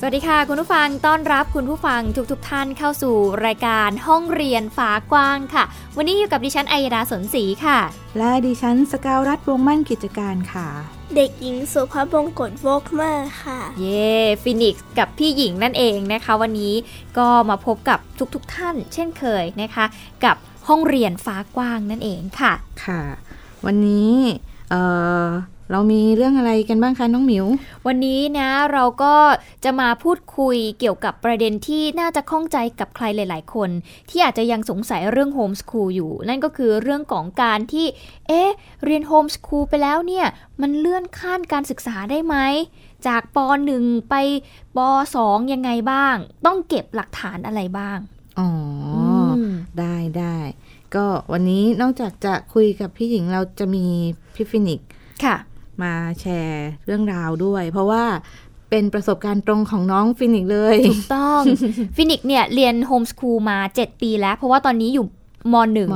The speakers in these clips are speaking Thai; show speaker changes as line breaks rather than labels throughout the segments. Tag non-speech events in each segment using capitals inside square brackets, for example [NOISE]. สวัสดีค่ะ คุณผู้ฟังต้อนรับคุณผู้ฟังทุกๆทท่านเข้าสู่รายการห้องเรียนฝากว้างค่ะ วันนี้อยู่กับดิฉันอัยดาสนศรีค่ะ
และดิฉันสกาวรัฐวงมั่นกิจการค่ะ
เด็กหญิงสุภาพบงกฎโวกมากค่ะ
เย่ฟินิกซ์กับพี่หญิงนั่นเองนะคะ วันนี้ก็มาพบกับทุกๆทท่าน เช่นเคยนะคะ กับห้องเรียนฟ้ากว้างนั่นเองค่ะ
ค่ะ วันนี้เอ่อเรามีเรื่องอะไรกันบ้างคะน้องหมิว
วันนี้นะเราก็จะมาพูดคุยเกี่ยวกับประเด็นที่น่าจะข้องใจกับใครหลาย ๆ คน ที่อาจจะยังสงสัยเรื่องโฮมสคูลอยู่ นั่นก็คือเรื่องของการที่ เอ๊ะ เรียนโฮมสคูลไปแล้วเนี่ย มันเลื่อนขั้นการศึกษาได้ไหม จากป .1 ไปป .2 ยังไงบ้าง ต้องเก็บหลักฐานอะไรบ้าง
อ๋ออ
ม
ได้ได้ก็วันนี้นอกจากจะคุยกับพี่หญิงเราจะมีพี่ฟินิกซ์
ค่ะ
มาแชร์เรื่องราวด้วย เพราะว่าเป็นประสบการณ์ตรงของน้องฟินิกซ์เลย
ถูกต้อง [LAUGHS] ฟินิกซ์เนี่ยเรียนโฮมสคูลมา 7 ปีแล้ว เพราะว่าตอนนี้อยู่ม .1
มหนึ่ง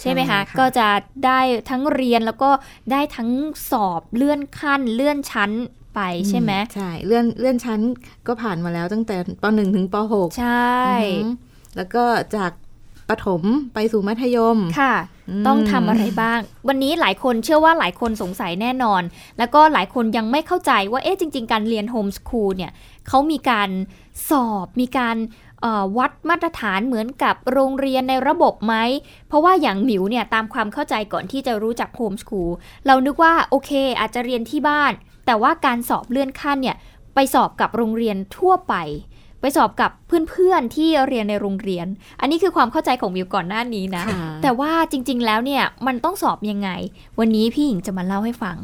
ใช่ไหมคะ ก็จะได้ทั้งเรียนแล้วก็ได้ทั้งสอบเลื่อนขั้นเลื่อนชั้นไปใช่ไหม
ใช่เลื่อนเลื่อนชั้นก็ผ่านมาแล้วตั้งแต่ปหนึ่งถึงปหก
ใช่
อือหือแล้วก็จากประถมไปสู่มัธยม
ค่ะ
ม
ต้องทำอะไรบ้าง วันนี้หลายคนเชื่อว่าหลายคนสงสัยแน่นอน แล้วก็หลายคนยังไม่เข้าใจว่าเอ๊ะจริง ๆ การเรียนโฮมสคูลเนี่ยเขามีการสอบมีการเอ่อวัดมาตรฐานเหมือนกับโรงเรียนในระบบไหม เพราะว่าอย่างหมิวเนี่ยตามความเข้าใจก่อนที่จะรู้จักโฮมสคูลเรานึกว่าโอเค อาจจะเรียนที่บ้าน แต่ว่าการสอบเลื่อนขั้นเนี่ยไปสอบกับโรงเรียนทั่วไป ไปสอบกับเพื่อนๆที่เรียนในโรงเรียน อันนี้คือความเข้าใจของหมิวก่อนหน้านี้นะ
ค่ะ
แต่ว่าจริงๆ แล้วเนี่ยมันต้องสอบยังไง วันนี้พี่หญิงจะมาเล่าให้ฟัง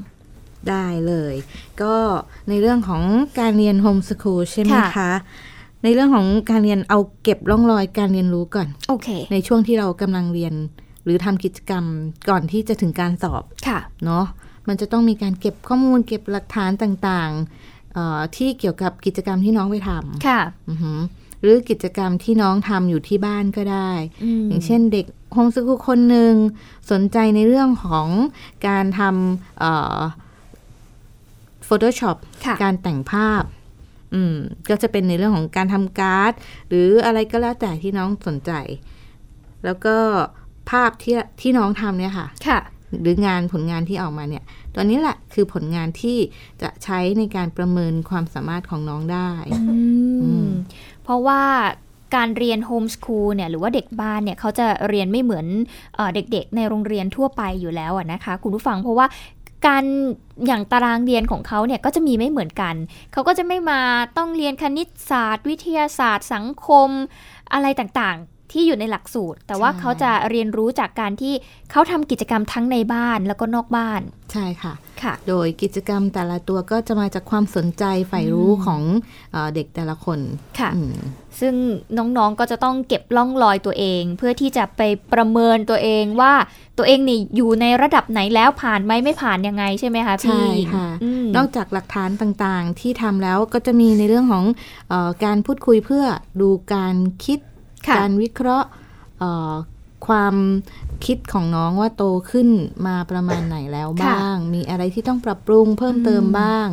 ได้เลย ก็ในเรื่องของการเรียนโฮมส o ูลใช่ไหม
ค่ะ
คะ ในเรื่องของการเรียนเอาเก็บร่องรอยการเรียนรู้ก่อน
โอเค
ในช่วงที่เรากำลังเรียน หรือทำกิจกรรมก่อนที่จะถึงการสอบ
ค่ะ
เนาะมันจะต้องมีการเก็บข้อมูลเก็บหลักฐานต่างๆเอ่อที่เกี่ยวกับกิจกรรมที่น้องไปทำ
ค่ะ
อือหือหรือกิจกรรมที่น้องทำอยู่ที่บ้านก็ได้
ม
อย่างเช่นเด็กโฮมสกูลคนหนึ่งสนใจในเรื่องของการทำเอ่อ Photoshop
ค่ะ
การแต่งภาพ อืม ก็จะเป็นในเรื่องของการทำการ์ด หรืออะไรก็แล้วแต่ที่น้องสนใจ แล้วก็ภาพที่ที่น้องทำเนี่ยค่ะ
ค่ะ
หรืองานผลงานที่ออกมาเนี่ย ตอนนี้แหละคือผลงานที่จะใช้ในการประเมินความสามารถของน้องได้ อืม
เพราะว่าการเรียนโฮมสคูลเนี่ยหรือว่าเด็กบ้านเนี่ยเขาจะเรียนไม่เหมือนเอ่อเด็กๆ ในโรงเรียนทั่วไปอยู่แล้วอะนะคะ คุณผู้ฟังเพราะว่าการอย่างตารางเรียนของเขาเนี่ยก็จะมีไม่เหมือนกัน เขาก็จะไม่มาต้องเรียนคณิตศาสตร์ วิทยาศาสตร์ สังคม อะไรต่างๆ ที่อยู่ในหลักสูตร แต่ว่า
ใช่
เขาจะเรียนรู้จากการที่เขาทำกิจกรรมทั้งในบ้านแล้วก็นอกบ้าน
ใช่ค่ะ
ค่ะ
โดยกิจกรรมแต่ละตัวก็จะมาจากความสนใจใฝ่รู้ของเออเด็กแต่ละคน
ค่ะ
อืม
ซึ่งน้องๆ ก็จะต้องเก็บล่องรอยตัวเอง เพื่อที่จะไปประเมินตัวเองว่าตัวเองนี่อยู่ในระดับไหนแล้วผ่านไหมไม่ผ่านยังไงใช่ไหมคะพี่
ใช่ค่ะ
อืม
นอกจากหลักฐานต่างๆ ที่ทำแล้วก็จะมีในเรื่องของเออการพูดคุยเพื่อดูการคิด
ค่ะ
การวิเคราะห์เอ่อความคิดของน้องว่าโตขึ้นมาประมาณไหนแล้วบ้าง มีอะไรที่ต้องปรับปรุงเพิ่มเติมบ้าง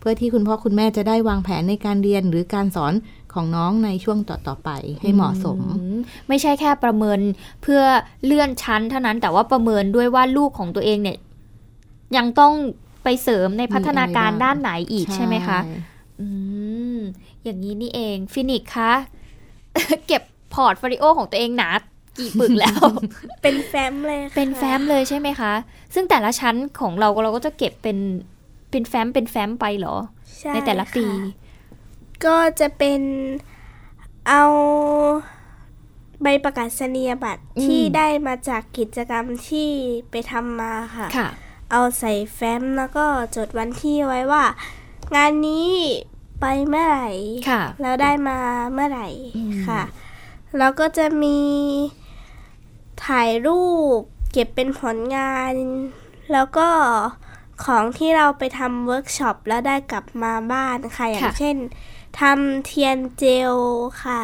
เพื่อที่คุณพ่อคุณแม่จะได้วางแผนในการเรียนหรือการสอนของน้องในช่วงต่อๆไปให้เหมาะสม
อืไม่ใช่แค่ประเมินเพื่อเลื่อนชั้นเท่านั้นแต่ว่าประเมินด้วยว่าลูกของตัวเองเนี่ยยังต้องไปเสริมในพัฒนาการ
มีอะไรบ้าง
ด้านไหนอีกใช่ไหมคะ อืม อย่างนี้นี่เองฟินิกซ์คะ [LAUGHS] เก็บพอร์ตโฟลิโอของตัวเองหนากี่ปึกแล้ว
เป็นแฟ้มเลยค่ะ
เป็นแฟ้มเลยใช่ไหมคะ ซึ่งแต่ละชั้นของเราเราก็จะเก็บเป็นเป็นแฟ้มเป็นแฟ้มไปเหรอ
ช่
ในแต่ละปี
ค่ะก็จะเป็นเอา ใบประกาศนียบัตร
อืม
ที่ได้มาจากกิจกรรมที่ไปทำมาค่ะ
ค่ะ
เอาใส่แฟ้มแล้วก็จดวันที่ไว้ว่า งานนี้ไปเมื่อไหร่
ค่ะ
แล้วได้มาเมื่อไหร่
อืม
ค่ะ แล้วก็จะมีถ่ายรูปเก็บเป็นผลงาน แล้วก็ของที่เราไปทำเวิร์กช็อปแล้วได้กลับมาบ้านค่ะ อย่างเช่นทำเทียนเจลค่ะ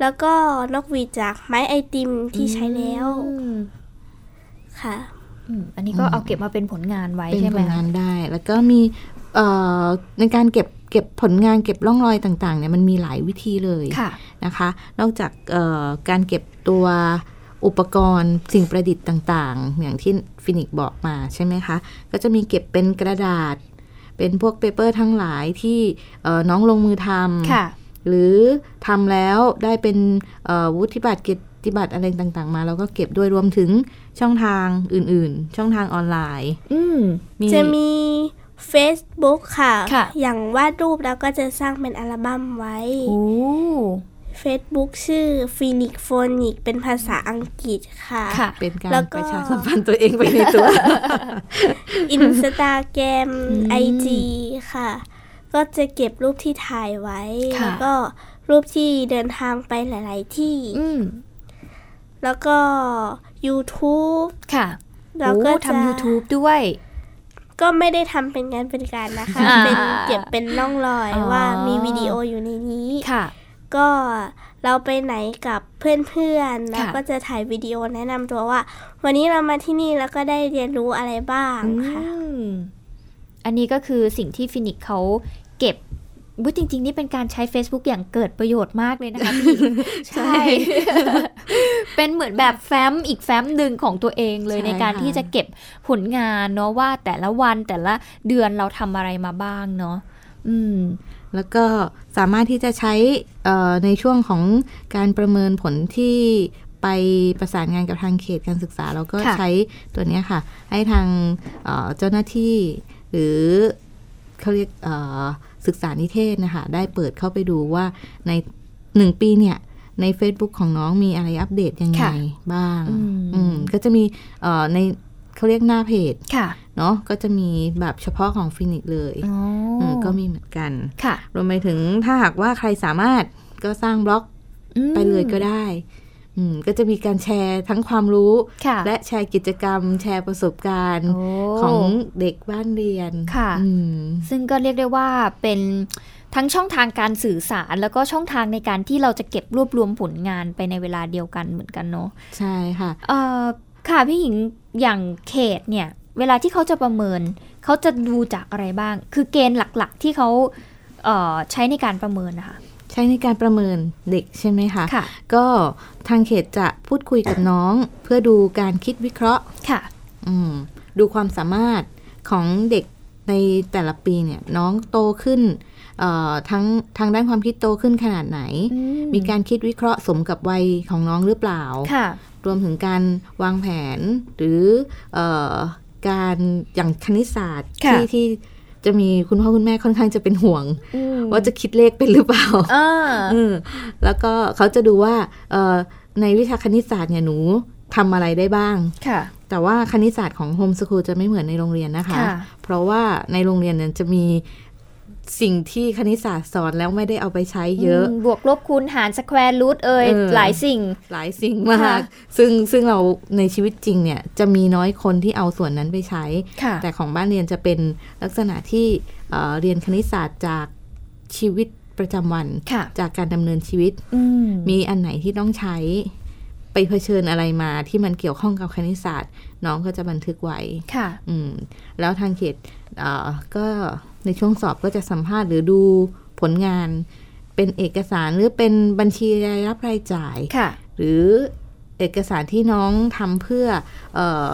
แล้วก็นกหวีดจากไม้ไอติมที่ใช้แล้ว
อืม
ค่ะ
อืมอันนี้ก็เอาเก็บมาเป็นผลงานไว้
เป็น
ใช่ไห
ผมล
คะ
งานได้ แล้วก็มีเอ่อในการเก็บเก็บผลงานเก็บร่องรอยต่างๆเนี่ยมันมีหลายวิธีเลย
ค่ะ
นะคะ นอกจากเอ่อการเก็บตัวอุปกรณ์สิ่งประดิษฐ์ต่างๆ อย่างที่ฟินิกซ์บอกมาใช่ไหมคะ ก็จะมีเก็บเป็นกระดาษ เป็นพวกเปเปอร์ทั้งหลายที่เอ่อน้องลงมือทำ
ค่ะ
หรือทำแล้วได้เป็นเอ่อวุฒิบัตรเกียรติบัตรอะไรต่างๆ มา แล้วก็เก็บด้วยรวมถึงช่องทางอื่นๆ ช่องทางออนไลน์
อืม
มี
จะมี Facebook ค่ะ
ค่ะ
อย่างวาดรูปแล้วก็จะสร้างเป็นอัลบั้มไว้
โอ้
Facebook ชื่อ Phoenix Phonic เป็นภาษาอังกฤษค่ะ
ค่ะ
เป็นการ
แล้วก็
ประชาสัมพันธ์ตัวเองไปในตัว [LAUGHS]
[LAUGHS]
Instagram
อืม
IG ค่ะ ก็จะเก็บรูปที่ถ่ายไว้
ค่ะ
แล้วก็รูปที่เดินทางไปหลาย ๆ ที่
อืม
แล้วก็ YouTube
ค่ะ
เราก็
โอ้
จะ
ทำ YouTube ด้วย
ก็ไม่ได้ทำเป็นงานเป็นการนะคะ
อ่า
เป็นเก็บเป็นร่องรอย
อ๋อ
ว่ามีวิดีโออยู่ในนี้
ค่ะ
ก็เราไปไหนกับเพื่อนๆ แล้ว
ค่ะ
ก็จะถ่ายวิดีโอแนะนำตัวว่า วันนี้เรามาที่นี่แล้วก็ได้เรียนรู้อะไรบ้างค่ะ
อืม อันนี้ก็คือสิ่งที่ฟินิกส์เขาเก็บวุยจริง ๆ นี่เป็นการใช้ Facebook อย่างเกิดประโยชน์มากเลยนะคะพี่ ใช่ [LAUGHS] เป็นเหมือนแบบแฟ้มอีกแฟ้มหนึ่งของตัวเองเลย
ใช่
ในการ
ค่ะ
ที่จะเก็บผลงานเนาะว่าแต่ละวันแต่ละเดือนเราทำอะไรมาบ้างเนาะอืม
แล้วก็สามารถที่จะใช้เอ่อในช่วงของการประเมินผลที่ไปประสานงานกับทางเขตการศึกษา เราก็
ค่ะ
ใช้ตัวเนี้ยค่ะ ให้ทางเอ่อเจ้าหน้าที่หรือเขาเรียกเอ่อศึกษานิเทศนะคะได้เปิดเข้าไปดูว่าในหนึ่งปีเนี่ย ใน Facebook ของน้องมีอะไรอัปเดตยังไงบ้าง
อืม
อืมก็จะมีเอ่อในเขาเรียกหน้าเพจ
ค่ะ
เนาะก็จะมีแบบเฉพาะของฟินิกเลย
อ๋ออ
มก็มีเหมือนกัน
ค่ะ
รวมไปถึงถ้าหากว่าใครสามารถก็สร้างบล็อก
อืม
ไปเลยก็ได้อืมก็จะมีการแชร์ทั้งความรู้
ค่ะ
และแชร์กิจกรรม แชร์ประสบการณ์
โอ้
ของเด็กบ้านเรียน
ค่ะ
อืม
ซึ่งก็เรียกได้ว่าเป็นทั้งช่องทางการสื่อสาร แล้วก็ช่องทางในการที่เราจะเก็บรวบรวมผลงานไปในเวลาเดียวกันเหมือนกันเนาะ
ใช่ค่ะ
เอ่อค่ะพี่หญิงอย่างเขตเนี่ย เวลาที่เขาจะประเมิน เขาจะดูจากอะไรบ้าง คือเกณฑ์หลักๆ ที่เขาเอ่อใช้ในการประเมินนะคะ
ใช้ในการประเมินเด็กใช่ไหมคะ
ค่ะ
ก็ทางเขตจะพูดคุยกับน้อง เพื่อดูการคิดวิเคราะห์
ค่ะ
อืมดูความสามารถของเด็กในแต่ละปีเนี่ยน้องโตขึ้นเอ่อทั้งทางด้านความคิดโตขึ้นขนาดไหน มีการคิดวิเคราะห์สมกับวัยของน้องหรือเปล่า
ค่ะ
รวมถึงการวางแผนหรือเออการอย่างคณิตศาสตร์
ค่ะ
ที่ที่จะมีคุณพ่อคุณแม่ค่อนข้างจะเป็นห่วง
อืม
ว่าจะคิดเลขเป็นหรือเปล่า
เออ
เออแล้วก็เขาจะดูว่าเอ่อในวิชาคณิตศาสตร์เนี่ยหนูทำอะไรได้บ้าง
ค่ะ
แต่ว่าคณิตศาสตร์ของโฮมสคูลจะไม่เหมือนในโรงเรียนนะคะ
ค่ะ
เพราะว่าในโรงเรียนเนี่ยจะมีสิ่งที่คณิตศาสตร์สอนแล้วไม่ได้เอาไปใช้เยอะ
มบวกลบคูณหารสแควร์รูทเอ่ย
เออ
หลายสิ่ง
หลายสิ่งมา
ค่ะ
ก ซึ่งซึ่งเราในชีวิตจริงเนี่ยจะมีน้อยคนที่เอาส่วนนั้นไปใช้
ค่ะ
แต่ของบ้านเรียนจะเป็นลักษณะที่เอ่อเรียนคณิตศาสตร์จากชีวิตประจำวัน
ค่ะ
จากการดำเนินชีวิต
อืม
มีอันไหนที่ต้องใช้ ไปเผชิญอะไรมาที่มันเกี่ยวข้องกับคณิตศาสตร์ น้องก็จะบันทึกไว้
ค่ะ
อืมแล้วทางเขตเอ่อก็ในช่วงสอบก็จะสัมภาษณ์หรือดูผลงาน เป็นเอกสารหรือเป็นบัญชีรายรับรายจ่าย
ค่ะ
หรือเอกสารที่น้องทำเพื่อเออ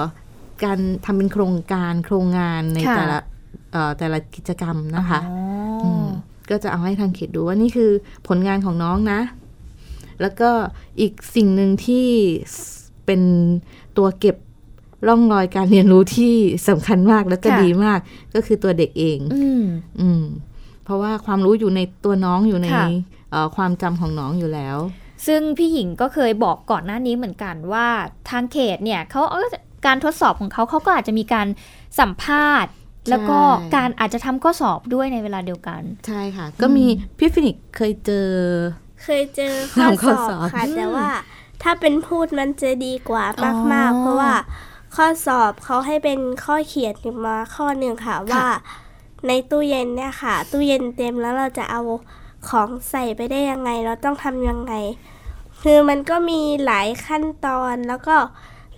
การทำเป็นโครงการโครงงานใน
ค่ะ
แต่ละเอ่อแต่ละกิจกรรมนะคะ
อ๋อ
มก็จะเอาให้ทางเขตดูว่านี่คือผลงานของน้องนะ แล้วก็อีกสิ่งหนึ่งที่เป็นตัวเก็บร่องรอยการเรียนรู้ที่สำคัญมากแล้วก็ดีมาก ก็คือตัวเด็กเอง
อืม
อืม เพราะว่าความรู้อยู่ในตัวน้องอยู่ใน
ค่ะ
เอ่อความจำของน้องอยู่แล้ว
ซึ่งพี่หญิงก็เคยบอกก่อนหน้านี้เหมือนกันว่าทางเขตเนี่ยเขาเอ้อการทดสอบของเขาเขาก็อาจจะมีการสัมภาษณ์ แล้วก็การอาจจะทำข้อสอบด้วยในเวลาเดียวกัน
ใช่ค่ะ ก็มีพี่ฟินิกส์เคยเจอ
เคยเจอข้อ
ทำข้
ส
อ
อบ
สอบ
ค่ะ แต่ว่าถ้าเป็นพูดมันจะดีกว่า
อ๋อ
มากๆ เพราะว่าข้อสอบเขาให้เป็นข้อเขียนมาข้อหนึ่งค่ะว่า ในตู้เย็นเนี่ยค่ะ ตู้เย็นเต็มแล้วเราจะเอาของใส่ไปได้ยังไง เราต้องทำยังไง คือมันก็มีหลายขั้นตอนแล้วก็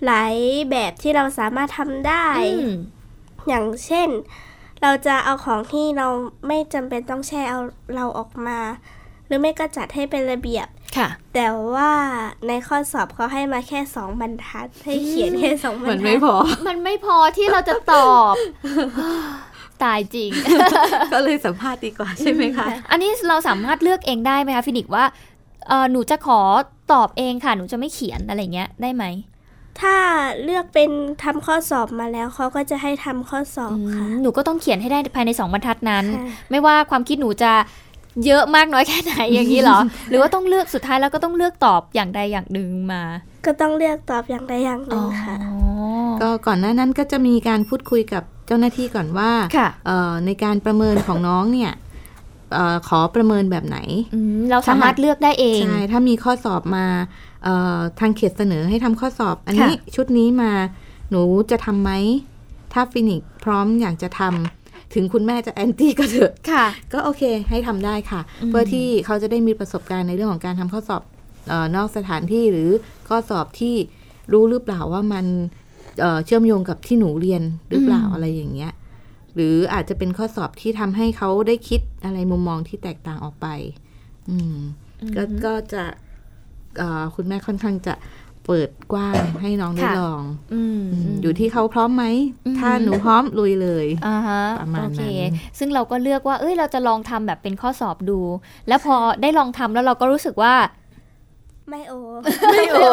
หลายแบบที่เราสามารถทำได้
อืม
อย่างเช่น เราจะเอาของที่เราไม่จำเป็นต้องแช่เอาเราออกมา หรือไม่ก็จัดให้เป็นระเบียบ
ค่ะ
แต่ว่าในข้อสอบเขาให้มาแค่สองบรรทัด ให้เขียนแค่สองบร
มั
ร
น
ทั
ไม่
ด
พอ
มันไม่พอที่เราจะตอบ [LAUGHS] ตายจริง
ก็เลยสัมภาษณ์ดีกว่าใช่ไหมคะ
อันนี้เราสามารถเลือกเองได้ไหมคะฟินิกว่าเอ่อหนูจะขอตอบเองค่ะ หนูจะไม่เขียนอะไรเงี้ยได้ไหม
ถ้าเลือกเป็นทำข้อสอบมาแล้วเขาก็จะให้ทำข้อสอบค่ะ
หนูก็ต้องเขียนให้ได้ภายในสองบรรทัดนั้น
ค่ะ
ไม่ว่าความคิดหนูจะเยอะมากน้อยแค่ไหน อย่าง
[LAUGHS]
นี้เหรอ หรือว่าต้องเลือกสุดท้ายแล้วก็ต้องเลือกตอบอย่างใดอย่างหนึ่งมา
ก็ต้องเลือกตอบอย่างใดอย่างหนึ่งค่ะ
อ๋อ
ก็ก่อนหน้านั้นก็จะมีการพูดคุยกับเจ้าหน้าที่ก่อนว่า
ค่ะ
เอ่อในการประเมินของน้องเนี่ยเอ่อขอประเมินแบบไหน
อืมเราสามารถเลือกได้เอง
ใช่ ถ้ามีข้อสอบมาเอ่อทางเขตเสนอให้ทำข้อสอบ อันนี้ชุดนี้มาหนูจะทำไหม ถ้าฟินิกซ์พร้อมอยากจะทำถึงคุณแม่จะแอนตี้ก็เถอะ
ค่ะ
ก็โอเคให้ทำได้ค่ะ
อืม
เพื่อที่เขาจะได้มีประสบการณ์ในเรื่องของการทำข้อสอบเออนอกสถานที่หรือข้อสอบที่รู้หรือเปล่าว่ามันเอ่อเชื่อมโยงกับที่หนูเรียนหรือเปล่าอะไรอย่างเงี้ยหรืออาจจะเป็นข้อสอบที่ทำให้เขาได้คิดอะไรมุมมองที่แตกต่างออกไป อืมก็ก็จะเอ่อคุณแม่ค่อนข้างจะเปิดกว้างให้น้องได้ลอง
อืม
อืม
ม
อยู่ที่เขาพร้อมไหม
อืม
ถ้าหนูพร้อมลุยเลย
อ่าฮะ
ประมาณ
โอเค
นั้น
ซึ่งเราก็เลือกว่า เอ้ย เราจะลองทำแบบเป็นข้อสอบดู แล้วพอได้ลองทำแล้วเราก็รู้สึกว่า
ไม่โอ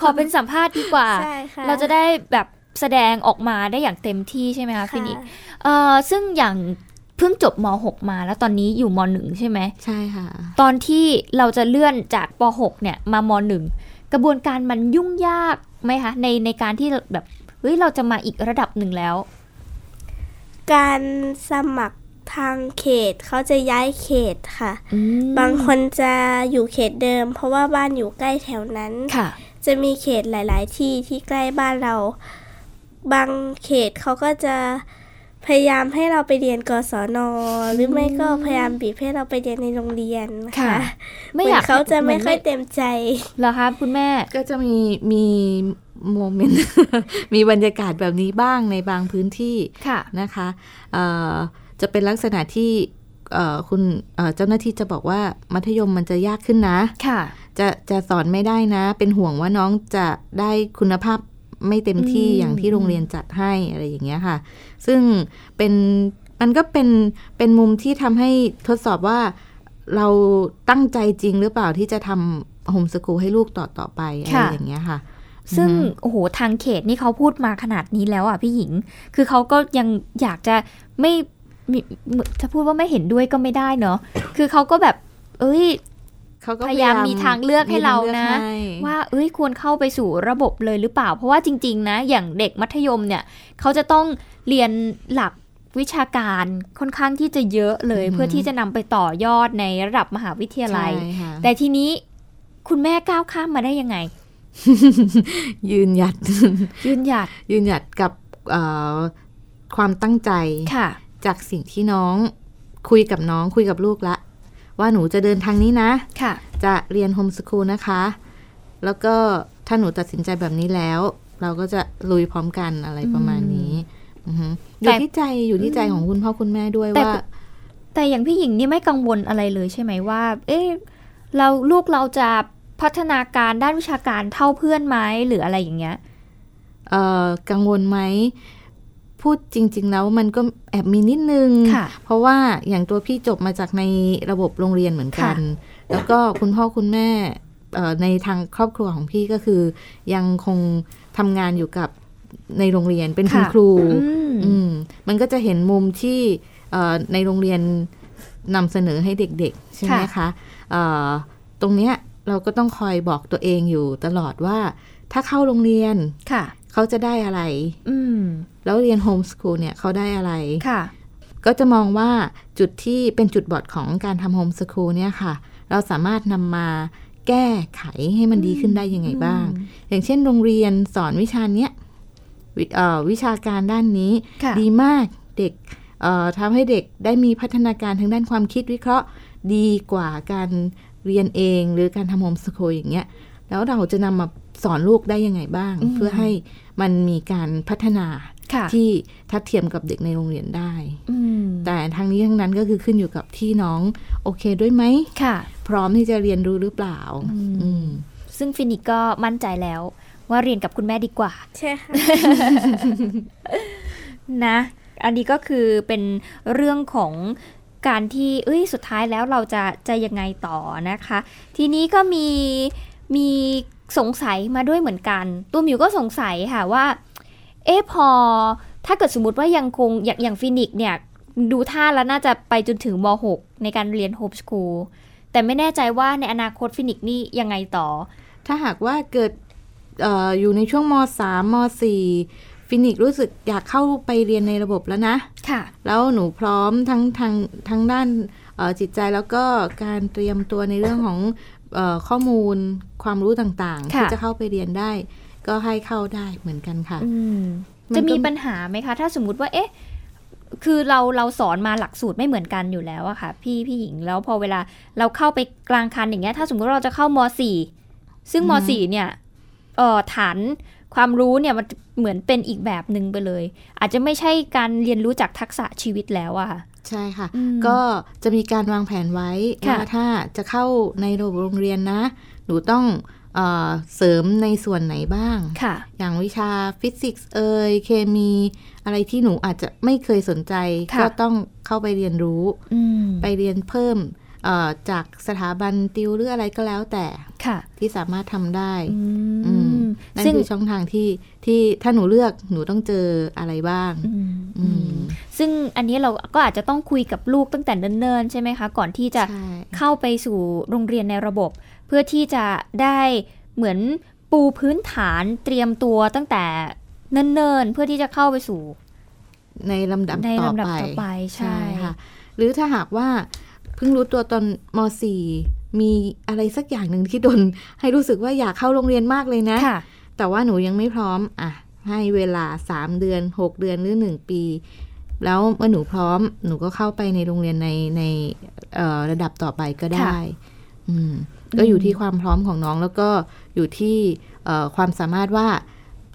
ขอเป็นสัมภาษณ์ดีกว่า
ใช่ค่ะ
เราจะได้แบบแสดงออกมาได้อย่างเต็มที่ใช่ไหมคะฟินิก
ค่ะ
เอ่อซึ่งอย่างเพิ่งจบม .6 มาแล้วตอนนี้อยู่ม .1 ใช่ไหม
ใช่ค่ะ
ตอนที่เราจะเลื่อนจากป .6 เนี่ยมาม .1 กระบวนการมันยุ่งยากไหมคะ ในในการที่แบบเฮ้ยเราจะมาอีกระดับหนึ่งแล้ว
การสมัครทางเขตเขาจะย้ายเขตค่ะ
อืม
บางคนจะอยู่เขตเดิม เพราะว่าบ้านอยู่ใกล้แถวนั้น
ค่ะ
จะมีเขตหลาย ๆ ที่ที่ใกล้บ้านเรา บางเขตเขาก็จะพยายามให้เราไปเรียนกศนหรือไม่ก็พยายามบีบให้เราไปเรียนในโรงเรียน
ค่ะ
ค่ะ
ไม่
เหมือย
อาก
นเขาจะไม่ค่อย
หน
เต็มใจ [LAUGHS]
เหรอคะคุณแม่
ก็จะมีมีโมเมนต์ [LAUGHS] มีบรรยากาศแบบนี้บ้างในบางพื้นที่
ค่ะ
นะคะเอ่อจะเป็นลักษณะที่เอ่อคุณเอ่อเจ้าหน้าที่จะบอกว่ามัธยมมันจะยากขึ้นนะ
ค่ะ
จะจะสอนไม่ได้นะ เป็นห่วงว่าน้องจะได้คุณภาพไม่เต็มที่
อืม
อย่างที่โรงเรียนจัดให้อะไรอย่างเงี้ยค่ะ ซึ่งเป็นมันก็เป็นเป็นมุมที่ทำให้ทดสอบว่าเราตั้งใจจริงหรือเปล่าที่จะทำโฮมสกูลให้ลูกต่อต่อไปอะไรอย่างเงี้ยค่ะ
ซึ่ง
อือฮึ
โอ้โหทางเขตนี่เขาพูดมาขนาดนี้แล้วอ่ะพี่หญิง คือเขาก็ยังอยากจะไม่มีจะพูดว่าไม่เห็นด้วยก็ไม่ได้เนาะคือเขาก็แบบ เอ้ย
เขาก็
พยายามมีทางเลือกให้เรานะ
มีทงเลือกให้
ว่าเอ้ยควรเข้าไปสู่ระบบเลยหรือเปล่า เพราะว่าจริง ๆ นะ อย่างเด็กมัธยมเนี่ยเขาจะต้องเรียนหลักวิชาการค่อนข้างที่จะเยอะเลย
อือฮึ
เพื่อที่จะนำไปต่อยอดในระดับมหาวิทยาลัย
ใช่ค่ะ
แต่ทีนี้คุณแม่ก้าวข้ามมาได้ยังไง
ยืนหยัด
ยืนหยัด
ยืนหยัดกับเอ่อความตั้งใจ
ค่ะ
จากสิ่งที่น้องคุยกับน้องคุยกับลูกละ ว่าหนูจะเดินทางนี้นะ
ค่ะ
จะเรียนโฮมส o ูลนะคะ แล้วก็ถ้าหนูตัดสินใจแบบนี้แล้ว เราก็จะลุยพร้อมกันอะไรประมาณนี้อือฮึอ
แต่
ยู่ที่ใจอยู่ที่ใจของคุณพ่อคุณแม่ด้วย
แต่
ว่า
แต่อย่างพี่หญิงนี่ไม่กังวลอะไรเลยใช่ไหมว่า เอ๊ะเราลูกเราจะพัฒนาการด้านวิชาการเท่าเพื่อนไหมหรืออะไรอย่างเงี้ย
เอ่อกังวลไหม พูดจริง ๆ แล้วมันก็แอบมีนิดนึง
ค่ะ
เพราะว่าอย่างตัวพี่จบมาจากในระบบโรงเรียนเหมือนกัน แล้วก็คุณพ่อคุณแม่เอ่อในทางครอบครัวของพี่ก็คือ ยังคงทำงานอยู่กับในโรงเรียนเป็นคุณ
ค่ะ
ครู
อืม
อืมมันก็จะเห็นมุมที่เอ่อในโรงเรียนนำเสนอให้เด็กๆ ใช่ไหม
ค่ะ
คะเอ่อตรงเนี้ย เราก็ต้องคอยบอกตัวเองอยู่ตลอดว่า ถ้าเข้าโรงเรียน
ค่ะ
เขาจะได้อะไร
อืม
แล้วเรียนโฮมสคูลเนี่ยเขาได้อะไร
ค่ะ
ก็จะมองว่าจุดที่เป็นจุดบอดของการทำโฮมส o ูลเนี่ยค่ะ เราสามารถนำมาแก้ไขให้มันดีขึ้นได้ยังไงบ้าง
อืม
อย่างเช่นโรงเรียนสอนวิชาเนี้ยวเอ่อวิชาการด้านนี้
ค่ะ
ดีมากเด็กเอ่อทำให้เด็กได้มีพัฒนาการทางด้านความคิดวิเคราะห์ ดีกว่าการเรียนเอง หรือการทำโฮมส o ูลอย่างเงี้ยแล้วเราจะนำมาสอนลูกได้ยังไงบ้าง เพื่อให้มันมีการพัฒนา
ค่ะ
ที่ทัดเทียมกับเด็กในโรงเรียนได้
อืม
แต่ทั้งนี้ทั้งนั้นก็คือขึ้นอยู่กับที่น้องโอเคด้วยไหม
ค่ะ
พร้อมที่จะเรียนรู้หรือเปล่าอืม
ซึ่งฟินิกก็มั่นใจแล้ว ว่าเรียนกับคุณแม่ดีกว่า
ใช่ค่ะ
นะ อันนี้ก็คือเป็นเรื่องของการที่เอ้ยสุดท้ายแล้วเราจะจะยังไงต่อนะคะ ทีนี้ก็มีมีสงสัยมาด้วยเหมือนกัน ตัวหมิวก็สงสัยค่ะว่า เอ๊ะพอ ถ้าเกิดสมมติว่ายังคงอย่างอย่างฟินิกซ์เนี่ย ดูท่าแล้วน่าจะไปจนถึงม .6 ในการเรียนโฮมสคูลแต่ไม่แน่ใจว่าในอนาคตฟินิกซ์นี่ยังไงต่อ
ถ้าหากว่าเกิดเอออยู่ในช่วงม .3 ม .4 ฟินิกซ์รู้สึกอยากเข้าไปเรียนในระบบแล้วนะ
ค่ะ
แล้วหนูพร้อมทั้งทางทั้งด้านเอ่อจิตใจแล้วก็การเตรียมตัวในเรื่องของเออข้อมูลความรู้ต่างๆ
ค่ะ
ที่จะเข้าไปเรียนได้ ก็ให้เข้าได้เหมือนกันค่ะ
อืม
มันก็
จะมีปัญหาไหมคะ ถ้าสมมุติว่า เอ๊ะ คือเราเราสอนมาหลักสูตรไม่เหมือนกันอยู่แล้วอะค่ะ พี่พี่หญิงแล้วพอเวลาเราเข้าไปกลางคันอย่างเงี้ย ถ้าสมมติว่าเราจะเข้ามสี่ซึ่งมสี่เนี่ยเอ่อฐานความรู้เนี่ยมันเหมือนเป็นอีกแบบหนึ่งไปเลย อาจจะไม่ใช่การเรียนรู้จากทักษะชีวิตแล้วอะค่ะ
ใช่ค่ะ
อืม
ก็จะมีการวางแผนไว้
ค่ะ
ว่าถ้าจะเข้าในระบบโรงเรียนนะ หนูต้องเออเสริมในส่วนไหนบ้าง
ค่ะ
อย่างวิชาฟิสิกส์เอยเคมีอะไรที่หนูอาจจะไม่เคยสนใจ
ค่ะ
ก็ต้องเข้าไปเรียนรู้
อืม
ไปเรียนเพิ่มเอ่อจากสถาบันติวหรืออะไรก็แล้วแต่
ค่ะ
ที่สามารถทำได้
อื
อืม
ม
นั่น
ซึ่ง
คือช่องทางที่ที่ถ้าหนูเลือกหนูต้องเจออะไรบ้าง
อืม
อืม
ซึ่งอันนี้เราก็อาจจะต้องคุยกับลูกตั้งแต่เนิ่นๆใช่ไหมคะ ก่อนที่จะ
ใช่
เข้าไปสู่โรงเรียนในระบบ เพื่อที่จะได้เหมือนปูพื้นฐานเตรียมตัวตั้งแต่เนิ่นๆ เพื่อที่จะเข้าไปสู่
ในลำดับ
ใน
ต่อ
ลำดับ
ไป
ต่อไปใช่
ค่ะ หรือถ้าหากว่าเพิ่งรู้ตัวตอนม .4 มีอะไรสักอย่างหนึ่งที่โดน ให้รู้สึกว่าอยากเข้าโรงเรียนมากเลยนะ
ค่ะ
แต่ว่าหนูยังไม่พร้อม อ่ะ ให้เวลา 3 เดือน 6 เดือนหรือ 1 ปี แล้วเมื่อหนูพร้อมหนูก็เข้าไปในโรงเรียนในในเอ่อระดับต่อไปก็ได้
ค่ะ
อืม
อืม
ก็อยู่ที่ความพร้อมของน้องแล้วก็อยู่ที่เอ่อความสามารถว่า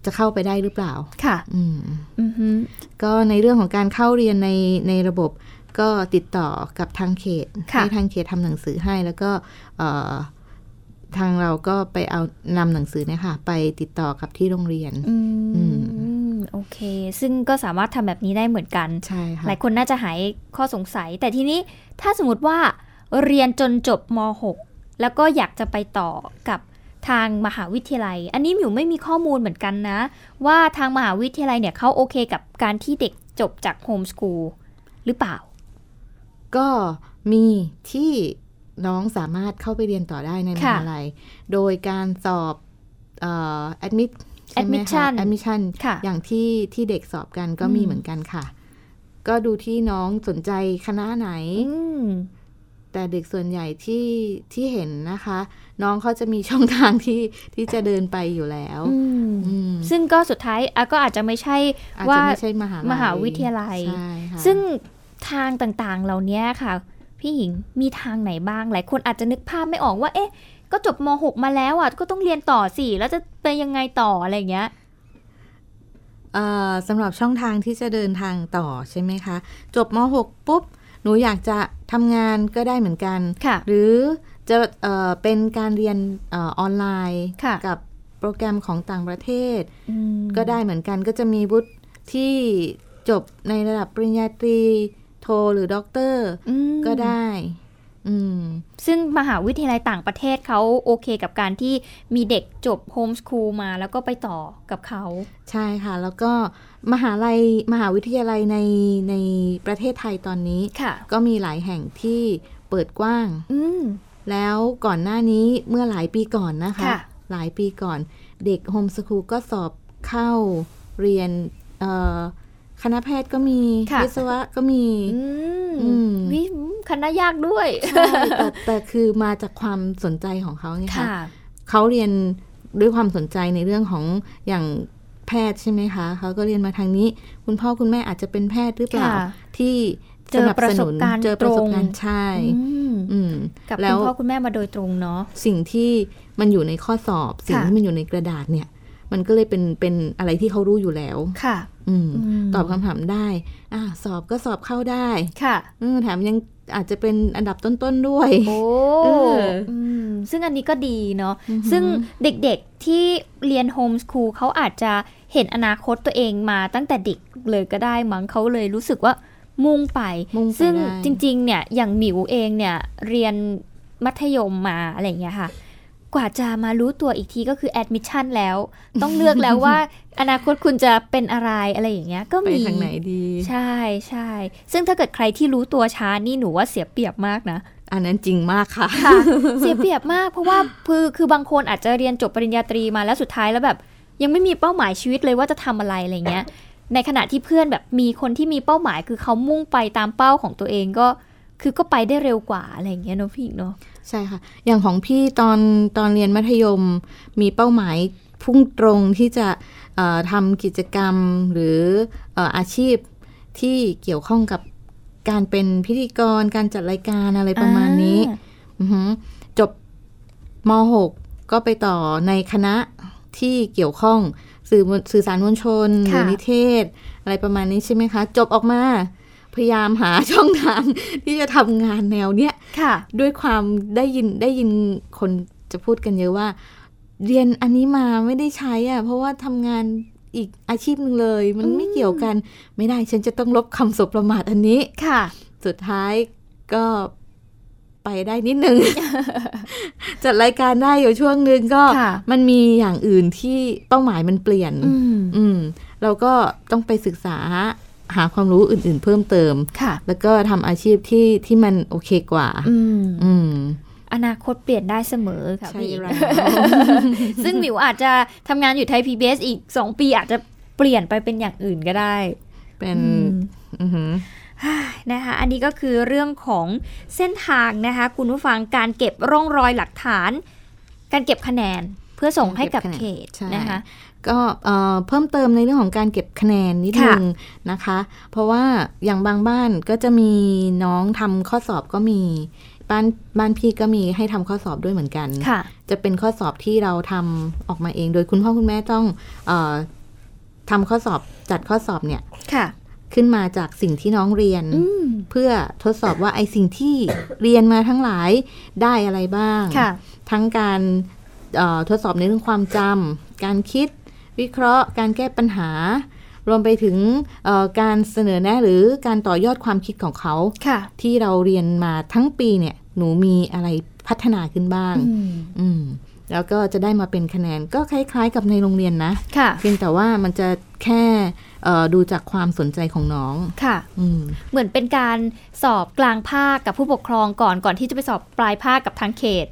จะเข้าไปได้หรือเปล่า
ค่ะ
อืม
อือฮึ
ก็ในเรื่องของการเข้าเรียนในในระบบก็ติดต่อกับทางเขต
ค่ะ
ให้ทางเขตทำหนังสือให้ แล้วก็เอ่อทางเราก็ไปเอานำหนังสือเนี่ยค่ะ ไปติดต่อกับที่โรงเรียน
อื
อื
มโอเค ซึ่งก็สามารถทำแบบนี้ได้เหมือนกัน
ใช่ค่ะ
หลายคนน่าจะหายข้อสงสัย แต่ทีนี้ถ้าสมมติว่าเรียนจนจบม .6 แล้วก็อยากจะไปต่อกับทางมหาวิทยาลัย อันนี้หมิวไม่มีข้อมูลเหมือนกันนะ ว่าทางมหาวิทยาลัยเนี่ยเขาโอเคกับการที่เด็กจบจากโฮมสกูลหรือเปล่า
ก็มีที่น้องสามารถเข้าไปเรียนต่อได้ในม
ค่ะ
หาลัยโดยการสอบเอ่อ admit ใช่ไหมคะ
Admission
admission
ค่ะ
อย่างที่ที่เด็กสอบกันก็มีเหมือนกันค่ะ ก็ดูที่น้องสนใจคณะไหน
อืม
แต่เด็กส่วนใหญ่ที่ที่เห็นนะคะ น้องเขาจะมีช่องทางที่ [LAUGHS] ที่จะเดินไปอยู่แล้ว
อืม
อืม
ซึ่งก็สุดท้ายอ่ะก็อาจจะไม่ใช่
อาจ
ว่า
จะไม่ใช่มหาลัย
มหาวิทยาลัย
ใช่ค่ะ
ซึ่งทางต่างๆ เหล่านี้ค่ะ พี่หญิงมีทางไหนบ้าง หลายคนอาจจะนึกภาพไม่ออกว่า เอ๊ะ ก็จบม .6 มาแล้วอ่ะ ก็ต้องเรียนต่อสิแล้วจะไปยังไงต่ออะไรอย่างเงี้ย
เอ่อสำหรับช่องทางที่จะเดินทางต่อใช่ไหมคะ จบม .6 ปุ๊บ หนูอยากจะทำงานก็ได้เหมือนกัน
ค่ะ
หรือจะเอ่อเป็นการเรียนเออออนไลน์
ค่ะ
กับโปรแกรมของต่างประเทศ
อืม
ก็ได้เหมือนกันก็จะมีวุฒิที่จบในระดับปริญญาตรีโทหรือด็อกเตอร์
อืม
ก็ได้ อืม
ซึ่งมหาวิทยาลัยต่างประเทศเขาโอเคกับการที่มีเด็กจบโฮมสคูลมาแล้วก็ไปต่อกับเขา
ใช่ค่ะ แล้วก็มหาลัยมหาวิทยาลัยในในประเทศไทยตอนนี้
ค่ะ
ก็มีหลายแห่งที่เปิดกว้าง
อืม
แล้วก่อนหน้านี้เมื่อหลายปีก่อนนะคะ
ค่ะ
หลายปีก่อน เด็กโฮมส o ูลก็สอบเข้าเรียนเอ่อคณะแพทย์ก็มี
ค่ะ
วิศวะก็มี
อืม
อืม
วิคณะยากด้วย
ใช่แต่แต่คือมาจากความสนใจของเขาไง
ค่ะ
คะ เขาเรียนด้วยความสนใจในเรื่องของอย่างแพทย์ใช่ไหมคะ เขาก็เรียนมาทางนี้ คุณพ่อคุณแม่อาจจะเป็นแพทย์หรือเปล่า
ค่ะ
ที่สนับสนุน
เจ
เจ
อ
อ
ป
ประระ
ส
ส
บบ กา
การ ร
ณ์ตรง
ณ์ใช่
อืม
อืม
กับ
แล้
คุ
ว
ณพ่อคุณแม่มาโดยตรงเนาะ
สิ่งที่มันอยู่ในข้อสอบ สิ่ง
ค่ะ
ที่มันอยู่ในกระดาษเนี่ย มันก็เลยเป็นเป็นอะไรที่เขารู้อยู่แล้ว
ค่ะ
อืม
ม
ตอบคำถามได้อ่ะสอบก็สอบเข้าได้
ค่ะ
อืมแถมยังอาจจะเป็นอันดับต้นๆด้วย
โอ้
เออ
อืมซึ่งอันนี้ก็ดีเนาะ
อือหือ
ซึ่งเด็กๆที่เรียนโฮมส o ูลเขาอาจจะเห็นอนาคตตัวเองมาตั้งแต่เด็กเลยก็ได้มั้งเขาเลยรู้สึกว่ามุ่งไป
มุ่งไป
ซึ่ง
ได้
จริงๆ เนี่ย อย่างหมิวเองเนี่ย เรียนมัธยมมาอะไรอย่างเงี้ยค่ะ กว่าจะมารู้ตัวอีกทีก็คือแอดมิชชั่นแล้ว ต้องเลือกแล้ว
[LAUGHS]
ว่า อนาคตคุณจะเป็นอะไรอะไรอย่างเงี้ย ก็
ไป
มี
ทางไหนดี
ใช่ใช่ ซึ่งถ้าเกิดใครที่รู้ตัวช้านี่หนูว่าเสียเปรียบมากนะ
อันนั้นจริงมากค่ะ
ค่ะ [LAUGHS] เสียเปรียบมากเพราะว่าคือคือบางคนอาจจะเรียนจบปริญญาตรีมาแล้วสุดท้ายแล้วแบบ ยังไม่มีเป้าหมายชีวิตเลยว่าจะทำอะไรอะไรเงี้ย ในขณะที่เพื่อนแบบมีคนที่มีเป้าหมาย คือเขามุ่งไปตามเป้าของตัวเองก็ คือก็ไปได้เร็วกว่าอะไรอย่างเงี้ยเนาะพี่อีกเนาะ
ใช่ค่ะ อย่างของพี่ตอนตอนเรียนมัธยมมีเป้าหมายพุ่งตรงที่จะเอ่อทำกิจกรรมหรือเอ่ออาชีพที่เกี่ยวข้องกับการเป็นพิธีกรการจัดรายการอะไรประมาณนี้อือหือจบม .6 ก็ไปต่อในคณะที่เกี่ยวข้องสื่อมวลสื่อสารมวลชนห
ค่ะ
รือนิเทศ อะไรประมาณนี้ใช่ไหมคะ จบออกมาพยายามหาช่องทาง ที่จะทำงานแนวเนี้ย
ค่ะ
ด้วยความได้ยินได้ยินคนจะพูดกันเยอะว่า เรียนอันนี้มาไม่ได้ใช้อะเพราะว่าทำงานอีกอาชีพหนึ่งเลย มันไม่เกี่ยวกัน ไม่ได้ฉันจะต้องลบคำสบประมาทอันนี้
ค่ะ
สุดท้ายก็ไปได้นิดนึง [LAUGHS] จัดรายการได้อยู่ช่วงหนึงก็
ค่ะ
มันมีอย่างอื่นที่เป้าหมายมันเปลี่ยน
อืม
อืม เราก็ต้องไปศึกษาหาความรู้อื่น ๆ เพิ่มเติม
ค่ะ
แล้วก็ทำอาชีพที่ที่มันโอเคกว่า
อืม
อืม
อนาคตเปลี่ยนได้เสมอค่ะ
ใช่
พี่อีก
แล้ว
[LAUGHS] ซึ่งหมิวอาจจะทำงานอยู่ไทย PBS อีกสองปีอาจจะเปลี่ยนไปเป็นอย่างอื่นก็ได้ [SIGHS]
เป็นอือหือ
นะคะ อันนี้ก็คือเรื่องของเส้นทางนะคะ คุณผู้ฟังการเก็บร่องรอยหลักฐาน การเก็บคะแนนเพื่อส่งให้กับ
การ
เข
เก็บ
ต
คะแนนใช่
นะคะ
ก็เอ่อเพิ่มเติมในเรื่องของการเก็บคะแนนนิด
ค่ะ
นึงนะคะ เพราะว่าอย่างบางบ้านก็จะมีน้องทำข้อสอบก็มี บ้านบ้านพี่ก็มีให้ทำข้อสอบด้วยเหมือนกัน
ค่ะ
จะเป็นข้อสอบที่เราทำออกมาเอง โดยคุณพ่อคุณแม่ต้องเอ่อทำข้อสอบจัดข้อสอบเนี่ย
ค่ะ
ขึ้นมาจากสิ่งที่น้องเรียน
อืม
เพื่อทดสอบว่าไอสิ่งที่เรียนมาทั้งหลายได้อะไรบ้าง
ค่ะ
ทั้งการเอ่อทดสอบในเรื่องความจำ การคิด วิเคราะห์ การแก้ปัญหา รวมไปถึงเอ่อการเสนอแนะหรือการต่อยอดความคิดของเขา
ค่ะ
ที่เราเรียนมาทั้งปีเนี่ย หนูมีอะไรพัฒนาขึ้นบ้าง
อืม
อืม แล้วก็จะได้มาเป็นคะแนนก็คล้ายๆกับในโรงเรียนนะ
ค่ะ
เพียงแต่ว่ามันจะแค่เอ่อดูจากความสนใจของน้อง
ค่ะ
อืม
เหมือนเป็นการสอบกลางภาคกับผู้ปกครองก่อนก่อนที่จะไปสอบปลายภาคกับทางเข
[LAUGHS]
ต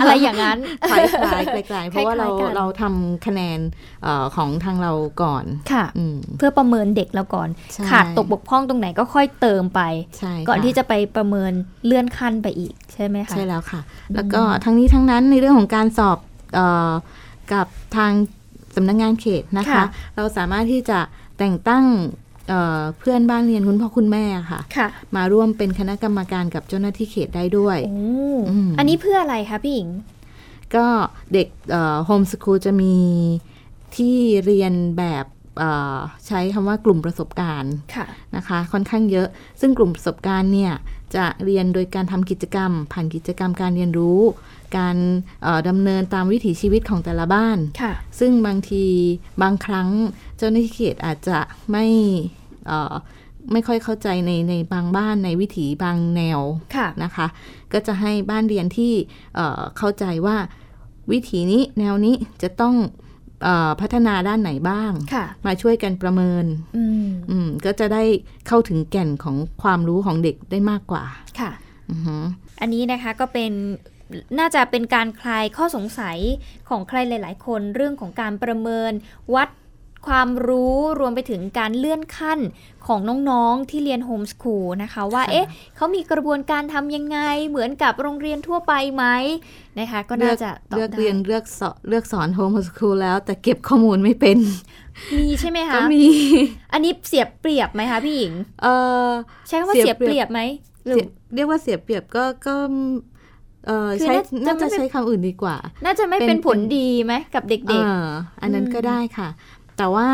อะไรอย่างนั้น
คล้ายๆไกลๆเพราะว่าเรา
คล้ายๆกัน
เราทำคะแนนเออของทางเราก่อน
ค่ะ
อืม
เพื่อประเมินเด็กเราก่อน
ใช่
ขาดตกบกพร่องตรงไหนก็ค่อยเติมไป
ใช่
ก่อน
ค่
ที่จะไปประเมินเลื่อนขั้นไปอีกใช่ไหมคะ
ใช่แล้วค่ะ แล้วก็ทั้งนี้ทั้งนั้นในเรื่องของการสอบเออกับทางสำนักงานเขตนะคะ
ค่ะ
เราสามารถที่จะแต่งตั้งเอ่อเพื่อนบ้านเรียนคุณพ่อคุณแม่ค่ะ
ค่ะ
มาร่วมเป็นคณะกรรมการกับเจ้าหน้าที่เขตได้ด้วย
โอ้
อืม
อันนี้เพื่ออะไรคะพี่หญิง
ก็เด็กโฮมส o ูลจะมีที่เรียนแบบเอ่อใช้คำว่ากลุ่มประสบการณ์
ค่ะ
นะคะ ค่อนข้างเยอะ ซึ่งกลุ่มประสบการณ์เนี่ยจะเรียนโดยการทำกิจกรรม ผ่านกิจกรรมการเรียนรู้ การเอ่อดำเนินตามวิถีชีวิตของแต่ละบ้าน
ค่ะ
ซึ่งบางทีบางครั้งเจ้าหน้าที่เขตอาจจะไม่เอ่อไม่ค่อยเข้าใจในในบางบ้านในวิถีบางแนว
ค่ะ
นะคะก็จะให้บ้านเรียนที่เอ่อเข้าใจว่าวิถีนี้แนวนี้จะต้องเออพัฒนาด้านไหนบ้าง
ค่ะ
มาช่วยกันประเมิน
อืม
อืมก็จะได้เข้าถึงแก่นของความรู้ของเด็กได้มากกว่า
ค่ะ
อือฮึ
อันนี้นะคะก็เป็น น่าจะเป็นการคลายข้อสงสัยของใครหลาย ๆ คนเรื่องของการประเมิน วัดความรู้รวมไปถึงการเลื่อนขั้นของน้องๆที่เรียนโฮมสคูลนะคะว่า
ค่ะ
เอ๊ะเขามีกระบวนการทำยังไงเหมือนกับโรงเรียนทั่วไปไหมนะคะก็น่าจะตอบ
เลือก
ได้
เรียนเลือกสอนเลือกสอนโฮมสคูลแล้ว แต่เก็บข้อมูลไม่เป็น
มีใช่ไหม
ก็
คะ
มี
อันนี้เสียเปรียบไหมคะพี่หญิง
เออ
ใช้คำว่า
เสี
เสีย
ยเป
เป
รียบ
รียบไหมหรือ
เสียเรียกว่าเสียเปรียบก็ก็เออ
คือ
ใช้
น่า
น่า
จะ
จะ
ไม่
ใช้คำอื่นดีกว่า
น่าจะไม่
เป็
เป็น
น
ผลดีไหมกับเด็ก
เอออันนั้น
อืม
ก็ได้ค่ะ แต่ว่า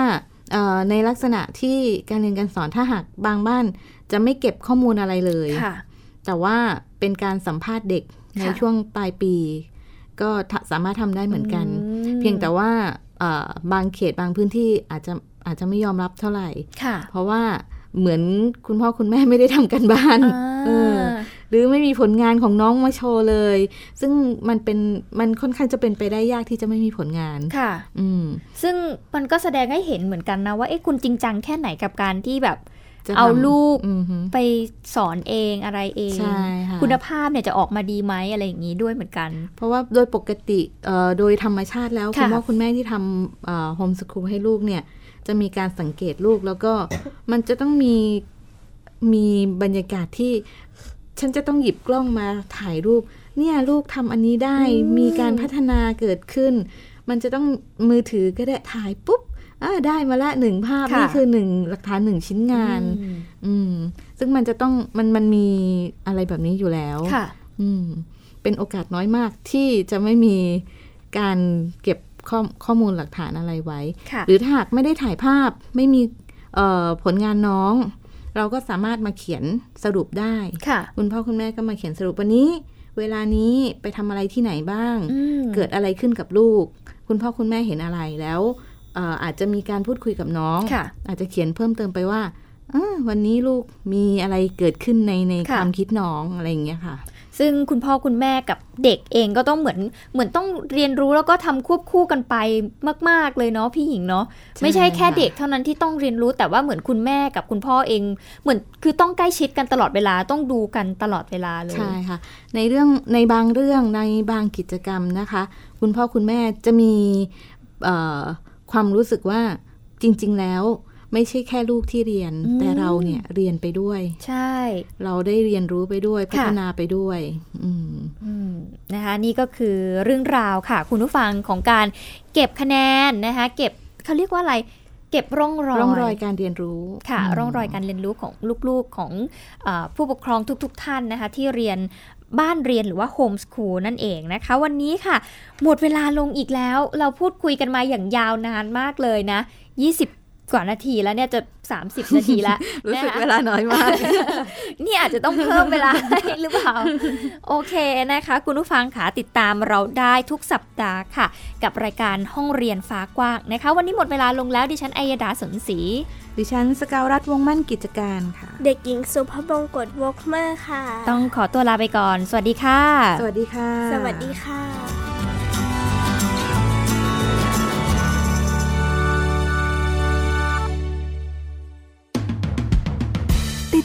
เอ่อในลักษณะที่การเรียนการสอนถ้าหากบางบ้านจะไม่เก็บข้อมูลอะไรเลย
ๆ ค่ะ
แต่ว่าเป็นการสัมภาษณ์เด็กใน
ค่ะ
ช่วงปลายปี ก็ทะสามารถทำได้เหมือนกัน
อืม
เพียงแต่ว่าเอ่อบางเขตบางพื้นที่อาจจะอาจจะไม่ยอมรับเท่าไหร่
ค่ะ
เพราะว่าเหมือนคุณพ่อคุณแม่ไม่ได้ทำกันบ้าน
อ่า
เออ หรือไม่มีผลงานของน้องมาโชว์เลย ซึ่งมันเป็นมันค่อนข้างจะเป็นไปได้ยากที่จะไม่มีผลงาน
ค่ะ
อืม
ซึ่งมันก็แสดงให้เห็นเหมือนกันนะว่าเอ๊ะคุณจริงจังแค่ไหนกับการที่แบบ
จะทำ
เอาลูก
อือฮึ
ไปสอนเองอะไรเอง
ใช่ค่ะ
คุณภาพเนี่ยจะออกมาดีไหมอะไรอย่างนี้ด้วยเหมือนกัน
เพราะว่าโดยปกติเอ่อโดยธรรมชาติแล้ว
ค่ะ
คุณพ่อคุณแม่ที่ทำโฮมสคูลให้ลูกเนี่ย จะมีการสังเกตลูกแล้วก็ มันจะต้องมีมีบรรยากาศที่ ฉันจะต้องหยิบกล้องมาถ่ายรูป เนี่ยลูกทำอันนี้ได้มีการพัฒนาเกิดขึ้น มันจะต้องมือถือก็ได้ถ่ายปุ๊บอ่าได้มาละหนึ่งภาพ
ค่ะ
นี่คือหนึ่งหลักฐานหนึ่งชิ้นงาน
อืม
อืม ซึ่งมันจะต้องมันมันมีอะไรแบบนี้อยู่แล้ว
ค่ะ
อืม เป็นโอกาสน้อยมากที่จะไม่มีการเก็บข้อข้อมูลหลักฐานอะไรไว้
ค่ะ
หรือถ้าหากไม่ได้ถ่ายภาพไม่มีเอ่อผลงานน้อง เราก็สามารถมาเขียนสรุปได้
ค่ะ
คุณพ่อคุณแม่ก็มาเขียนสรุปวันนี้ เวลานี้ไปทำอะไรที่ไหนบ้าง
อืม
เกิดอะไรขึ้นกับลูก คุณพ่อคุณแม่เห็นอะไรแล้วเอ่ออาจจะมีการพูดคุยกับน้อง
ค่ะ
อาจจะเขียนเพิ่มเติมไปว่าเอ้อวันนี้ลูกมีอะไรเกิดขึ้นในใน
ค่ะ
ความคิดน้องอะไรอย่างเงี้ยค่ะ
ซึ่งคุณพ่อคุณแม่กับเด็กเองก็ต้องเหมือนเหมือนต้องเรียนรู้แล้วก็ทำควบคู่กันไปมาก ๆ เลยเนาะพี่หญิงเนาะ
ใช่
ไม่ใช่แค่
ค่ะ
เด็กเท่านั้นที่ต้องเรียนรู้แต่ว่าเหมือนคุณแม่กับคุณพ่อเอง เหมือนคือต้องใกล้ชิดกันตลอดเวลาต้องดูกันตลอดเวลาเลย
ใช่ค่ะ ในเรื่องในบางเรื่องในบางกิจกรรมนะคะ คุณพ่อคุณแม่จะมีเอ่อความรู้สึกว่าจริง ๆ แล้ว ไม่ใช่แค่ลูกที่เรียน
อืม
แต่เราเนี่ยเรียนไปด้วย
ใช่
เราได้เรียนรู้ไปด้วยพัฒนาไปด้วย อืม
อืมนะคะนี่ก็คือเรื่องราวค่ะ คุณผู้ฟังของการเก็บคะแนนนะคะเก็บเขาเรียกว่าอะไร เก็บร่องรอย
ร่องรอยการเรียนรู้
ค่ะ
ม
ร่องรอยการเรียนรู้ของลูกๆของเออผู้ปกครองทุก ๆ ท่านนะคะ ที่เรียนบ้านเรียนหรือว่าโฮมส o ูลนั่นเองนะคะ วันนี้ค่ะ หมดเวลาลงอีกแล้วเราพูดคุยกันมาอย่างยาวนานมากเลยนะ 20 กว่านาทีแล้วเนี่ยจะ 30 นาทีแล้ว
[LAUGHS] รู้สึก
นะคะ
เวลาน้อยมาก
นี่อาจจะ [LAUGHS] ต้องเพิ่มเวลาให้หรือเปล่า [LAUGHS] โอเคนะคะ คุณผู้ฟังค่ะติดตามเราได้ทุกสัปดาห์ค่ะ กับรายการห้องเรียนฟ้ากว้างนะคะ วันนี้หมดเวลาลงแล้วดิฉันอัยดาสนศรี
ดิฉันสกาวรัฐวงศ์มั่นกิจการค่ะ
เด็กหญิงสุภบงกตวกเมอร์ค่ะ
ต้องขอตัวลาไปก่อน สวัสดีค่ะ
สวัสดีค่ะ
สวัสดีค่ะ
ติด